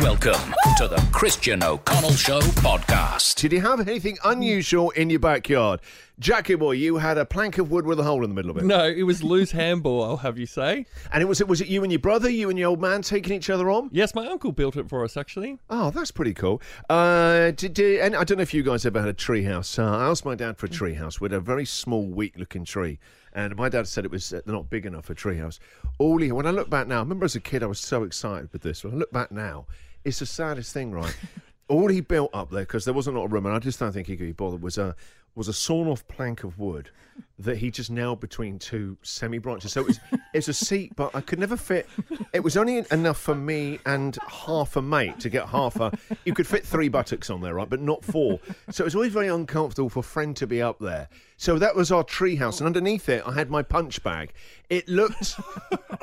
Welcome to the Christian O'Connell Show podcast. Did you have anything unusual in your backyard? Jackie boy, you had a plank of wood with a hole in the middle of it. No, Uh, it was loose handball, I'll have you say. And it was it was it you and your brother, you and your old man taking each other on? Yes, my uncle built it for us, actually. Oh, that's pretty cool. Uh, did, did, and I don't know if you guys ever had a tree house. Uh, I asked my dad for a tree house with a very small, weak looking tree. And my dad said it was uh, not big enough for a tree house. All he, when I look back now, I remember as a kid I was so excited with this. When I look back now, it's the saddest thing, right? All he built up there, because there wasn't a lot of room, and I just don't think he could be bothered, was a was a sawn off plank of wood that he just nailed between two semi branches. So it was, it's a seat, but I could never fit. It was only enough for me and half a mate to get half a. You could fit three buttocks on there, right? But not four. So it was always very uncomfortable for a friend to be up there. So that was our treehouse, and underneath it, I had my punch bag. It looked,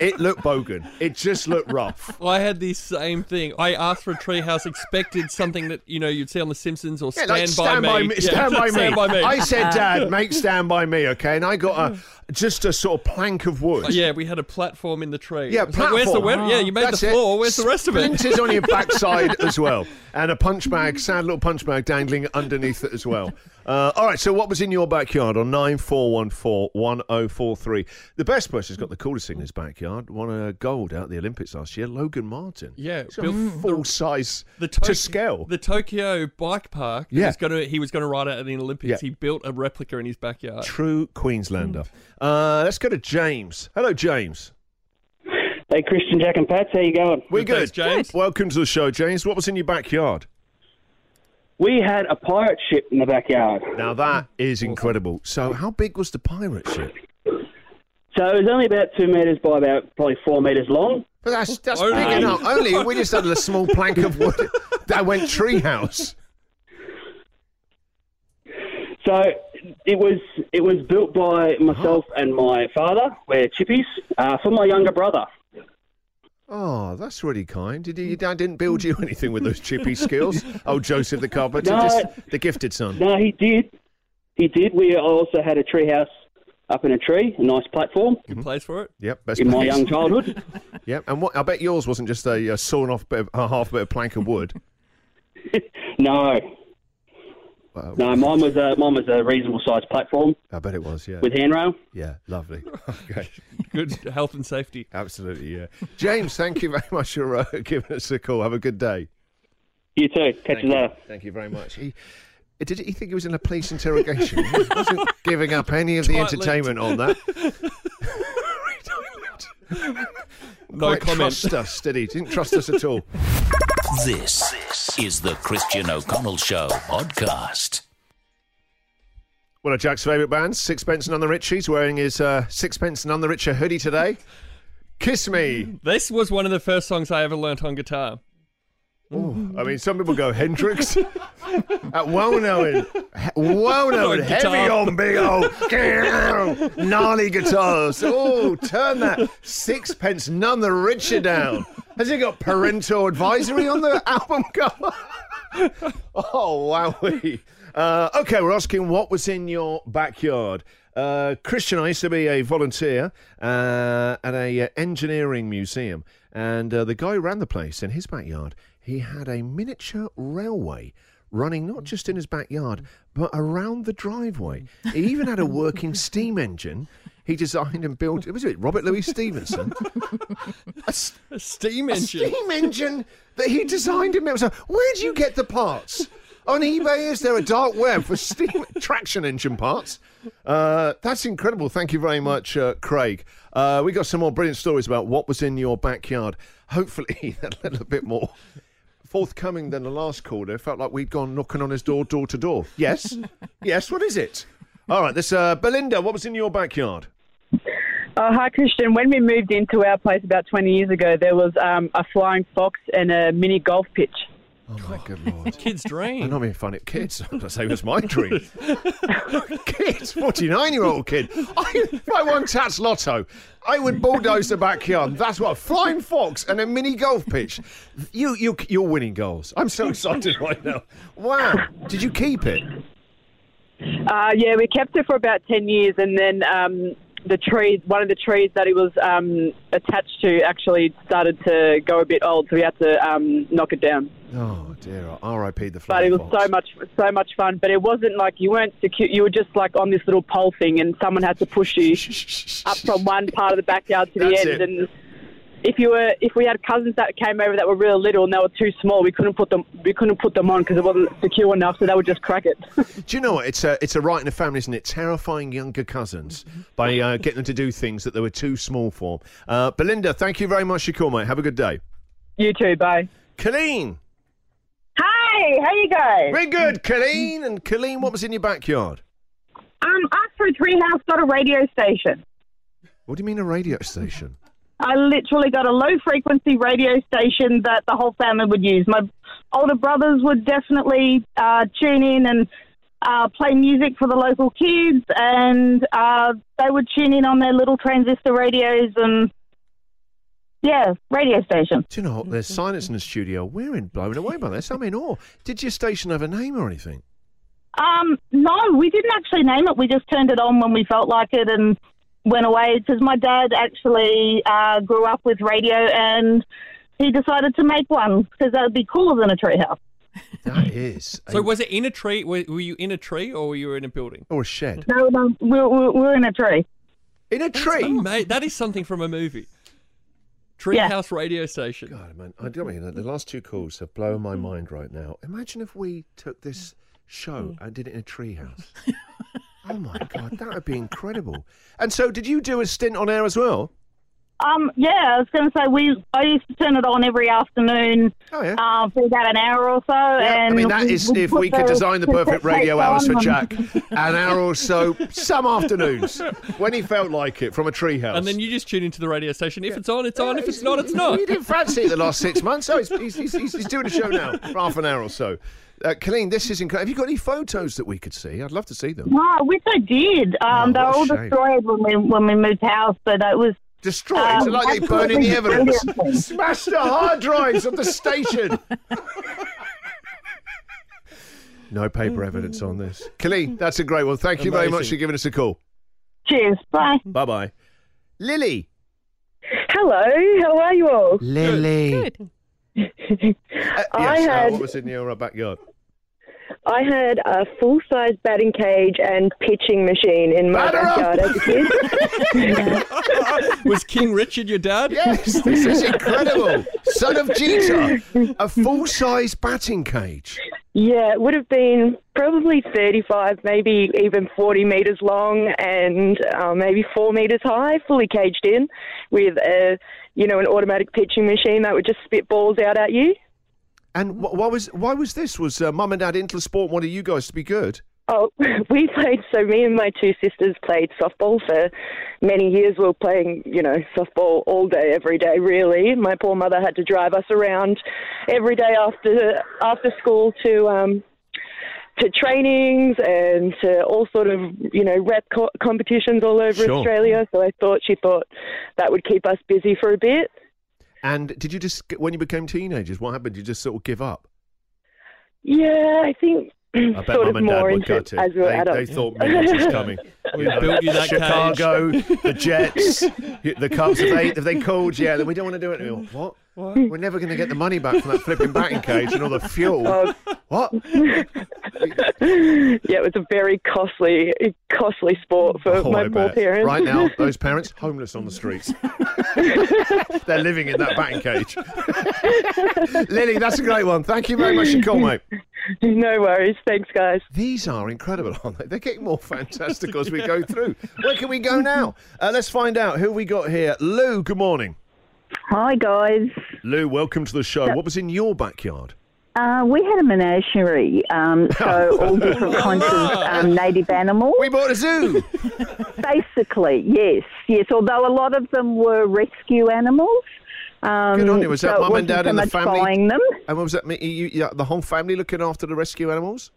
it looked bogan. It just looked rough. I had the same thing. I asked for a treehouse, expected something that, you know, you'd see on The Simpsons or Yeah, Stand, like, stand by, me. Yeah, Stand by me. Stand By Me. I said, Dad, make stand by me, okay? And I got a just a sort of plank of wood. yeah, we had a platform in the tree. Yeah, It was like, where's the platform. web? Yeah, you made That's the it. floor. Where's the rest of it? Splinters on your backside as well, and a punch bag, sad little punch bag dangling underneath it as well. Uh, all right, so what was in your backyard on nine four one four one zero four three? The best person's got the coolest thing in his backyard. Won a gold out at the Olympics last year, Logan Martin. Yeah, He's got built a full size The to Tok- scale. The Tokyo bike park. that Yeah. Was gonna, he was going to ride out at the Olympics. Yeah. He built a replica in his backyard. True Queenslander. Uh, let's go to James. Hello, James. Hey, Christian, Jack, and Pat, how you going? We're good. Good, thanks, James. Welcome to the show, James. What was in your backyard? We had a pirate ship in the backyard, Now that is incredible. So, how big was the pirate ship? so it was only about two meters by about probably four meters long. But that's that's Only. big enough. Only we just had a small plank of wood that went treehouse. So it was it was built by myself and my father. We're chippies uh, for my younger brother. Oh, that's really kind. Did you, your dad didn't build you anything with those chippy skills? Oh, Joseph the carpenter, No. just the gifted son. No, he did, he did. We also had a treehouse up in a tree, a nice platform Mm-hmm. Good place for it. Yep, best in my place. young childhood. Yep, and what I bet yours wasn't just a, uh sawn off bit of, a half bit of plank of wood. No, Wow. no, mine was a mine was a reasonable sized platform I bet it was. Yeah, with handrail. yeah, lovely. Okay. Good health and safety. Absolutely, yeah. James, thank you very much for uh, giving us a call. Have a good day. You too. Catch you later. Thank you very much. He, uh, did he think he was in a police interrogation? he wasn't giving up any of the Tight-lipped. entertainment on that. No Quite comment. trust us, did he? Didn't trust us at all. This is the Christian O'Connell Show podcast. One of Jack's favourite bands, Sixpence None the Richer. He's wearing his uh, Sixpence None the Richer hoodie today. Kiss Me. This was one of the first songs I ever learnt on guitar. Ooh, I mean, some people go Hendrix. At well known, well known, Guitar. heavy on big old gnarly guitars. Oh, turn that sixpence none the richer down. Has it got parental advisory on the album cover? Oh, wowee. Uh, okay, we're asking what was in your backyard. Uh, Christian, I used to be a volunteer uh, at a uh, engineering museum, and uh, the guy who ran the place in his backyard. He had a miniature railway running not just in his backyard but around the driveway. He even had a working steam engine. He designed and built. It was it Robert Louis Stevenson. A s- A steam a engine. steam engine that he designed himself. Where do you get the parts? On eBay, is there a dark web for steam traction engine parts? Uh, that's incredible. Thank you very much, uh, Craig. Uh, we got some more brilliant stories about what was in your backyard. Hopefully, a little bit more forthcoming than the last caller. It felt like we'd gone knocking on his door, door to door. Yes, yes. What is it? All right, this uh, Belinda. What was in your backyard? Oh, hi, Christian. When we moved into our place about 20 years ago, there was um, a flying fox and a mini golf pitch. Oh my good lord. Kids And dream. I'm even fun at kids. I say that's my dream. kids, 49 year old kid. I, if I won Tats Lotto, I would bulldoze the backyard. That's what a flying fox and a mini golf pitch. You, you, you're winning goals. I'm so excited right now. Wow. Did you keep it? Uh, yeah, we kept it for about 10 years, and then um, the tree, one of the trees that it was um, attached to, actually started to go a bit old, so we had to um, knock it down. Oh dear, R.I.P. the But flying it was fox. so much, so much fun. But it wasn't like you weren't secure. You were just like on this little pole thing, and someone had to push you up from one part of the backyard to the That's end. it. And if you were, if we had cousins that came over that were really little and they were too small, we couldn't put them, we couldn't put them on because it wasn't secure enough. So they would just crack it. Do you know what? It's a it's a right in the family, isn't it? Terrifying younger cousins by uh, getting them to do things that they were too small for. Uh, Belinda, thank you very much for your call, mate. Have a good day. you too, bye. Colleen, Hi, how you guys? very good. Colleen and Colleen, what was in your backyard? Um, Oxford Treehouse got a radio station. What do you mean a radio station? I literally got a low frequency radio station that the whole family would use. My older brothers would definitely uh, tune in and uh, play music for the local kids, and uh, they would tune in on their little transistor radios and yeah, radio station. Do you know what? There's silence in the studio. We're in blown away by this. I'm in awe. Did your station have a name or anything? Um, no, we didn't actually name it. We just turned it on when we felt like it and went away because my dad actually uh, grew up with radio and he decided to make one because that would be cooler than a treehouse. That is. a- So was it in a tree? Were, were you in a tree or were you in a building? or a shed. No, no, we're, we're, we're in a tree. In a tree. Mate, that is something from a movie. Treehouse Yeah. radio station. God, man, I don't mean the last two calls have blown my mind right now. Imagine if we took this show and did it in a treehouse. oh my god, that would be incredible. And so, did you do a stint on air as well? Um, yeah, I was going to say we. I used to turn it on every afternoon Oh yeah. uh, for about an hour or so. Yeah, I and mean, that we- is we'd if put we could design the perfect cassette tapes radio hours for on and- Jack. An hour or so, some afternoons, when he felt like it, from a treehouse. And then you just tune into the radio station. If it's on, it's on. If it's not, it's not. He didn't fancy it the last six months, so he's, he's, he's, he's, he's doing a show now for half an hour or so. Uh, Colleen, this is incredible. Have you got any photos that we could see? I'd love to see them. No, I wish I did. Oh, Um, they were what a all shame. destroyed when we when we moved house, but it was Destroyed, Um, so like they burning the absolutely evidence. brilliant. Smash the hard drives of the station. no paper evidence on this. Colleen, that's a great one. Thank you very much Amazing. for giving us a call. cheers. Bye. Bye bye. Lily. Hello, how are you all? Lily. Uh, I yes, uh, had- what was in your uh, backyard? I had a full size batting cage and pitching machine in my Batter up! backyard as a kid. was King Richard your dad? Yes, this is incredible. Son of Jeter, a full size batting cage. yeah, it would have been probably 35, maybe even 40 metres long and uh, maybe 4 metres high, fully caged in with a, you know, an automatic pitching machine that would just spit balls out at you. And wh- why was why was this? Was uh, mum and dad into the sport and wanted you guys to be good? Oh, we played. So me and my two sisters played softball for many years. We were playing, you know, softball all day, every day. Really, my poor mother had to drive us around every day after after school to um, to trainings and to all sort of, you know, rep co- competitions all over Sure. Australia. So I thought she thought that would keep us busy for a bit. And did you just when you became teenagers? What happened? You just sort of give up? Yeah, I think. I bet sort mum of and dad more were into gutted. as we were they, adults. they thought Milos was coming. We built you that Chicago, the Jets, the Cubs. If they, if they called, yeah, then we don't want to do it. anymore. What? We're never going to get the money back from that flipping batting cage and all the fuel. Oh, what? Yeah, it was a very costly, costly sport for Oh, my I poor bet. parents. Right now, those parents homeless on the streets. They're living in that batting cage. Lily, that's a great one. Thank you very much for calling, mate. No worries. Thanks, guys. These are incredible, aren't they? They're getting more fantastic as we go through. Where can we go now? Uh, let's find out who we got here. Lou, good morning. Hi guys. Lou, welcome to the show. What was in your backyard? Uh, we had a menagerie, um, so all different kinds of um, native animals. We bought a zoo. Basically, yes, yes. Although a lot of them were rescue animals. Um, Good on you. Was that so it mum and wasn't dad so and the much family? buying them. and what was that? me- You, you, the whole family looking after the rescue animals?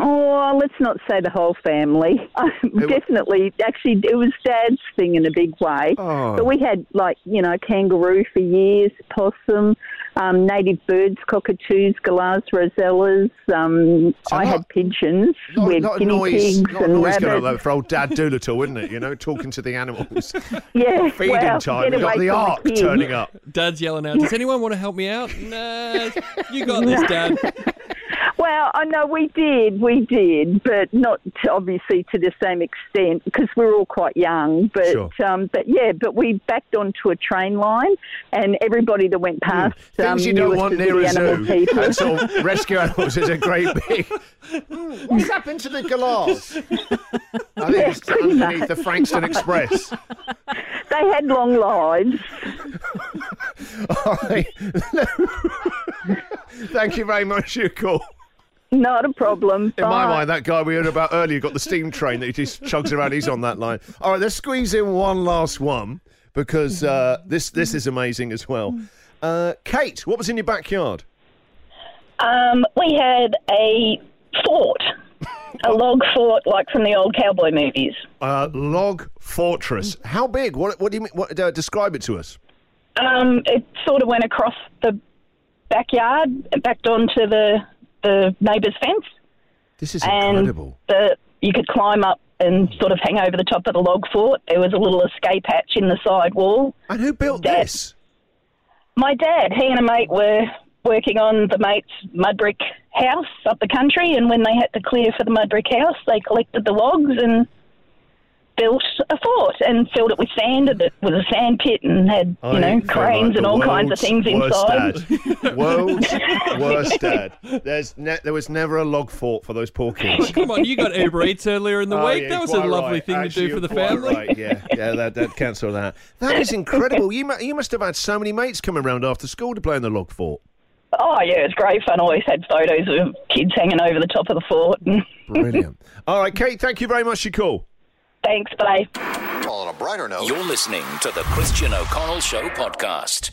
Oh, let's not say the whole family. Um, Definitely, actually, it was Dad's thing in a big way. Oh. But we had like you know kangaroo for years, possum, um, native birds, cockatoos, galahs, rosellas. Um, So I not- had pigeons Lot, with lot of guinea noise, pigs lot of and noise going on rabbits. there for old Dad Doolittle, wouldn't it? You know, talking to the animals. Yeah, Feeding well, time. get We got away the from ark kids. turning up. Dad's yelling out, "Does anyone want to help me out?" Nah, you got this, Dad. Well, I know we did, we did, but not to, obviously to the same extent because we were all quite young. But Sure. um, but yeah, but we backed onto a train line, and everybody that went past um, Hmm. Things you knew don't us want as near the a animal zoo. people. That's all. Rescue animals is a great big. Hmm, What's happened to the galahs? I think it's pretty underneath much. the Frankston Express. They had long lives. All right. Thank you very much, for your call. Not a problem. In my Bye. mind, that guy we heard about earlier got the steam train that he just chugs around. He's on that line. All right, let's squeeze in one last one because uh, this this is amazing as well. Uh, Kate, what was in your backyard? Um, we had a fort, a log fort, like from the old cowboy movies. Uh, log fortress. Mm. How big? What what do you mean? What, uh, describe it to us. Um, it sort of went across the backyard, backed onto the the neighbour's fence, This is and Um, incredible. the you could climb up and sort of hang over the top of the log fort. There was a little escape hatch in the side wall. And who built that- this? My dad, he and a mate were working on the mate's mud brick house up the country, and when they had to clear for the mud brick house, they collected the logs and built a fort and filled it with sand, and it was a sand pit and had you know I feel cranes like and the all kinds of world's things inside. Worst dad. world's worst dad. There's ne- there was never a log fort for those poor kids. Come on, you got Uber Eats earlier in the Oh, week. yeah, that was a quite lovely right. thing Actually, you're to do for the quite family. right, Yeah, yeah, that, that cancel that. That is incredible. You mu- you must have had so many mates coming around after school to play in the log fort. Oh yeah, it was great fun. Always had photos of kids hanging over the top of the fort. Brilliant. All right, Kate, thank you very much for your call. Thanks, bye. On a brighter note, You're listening to the Christian O'Connell Show podcast.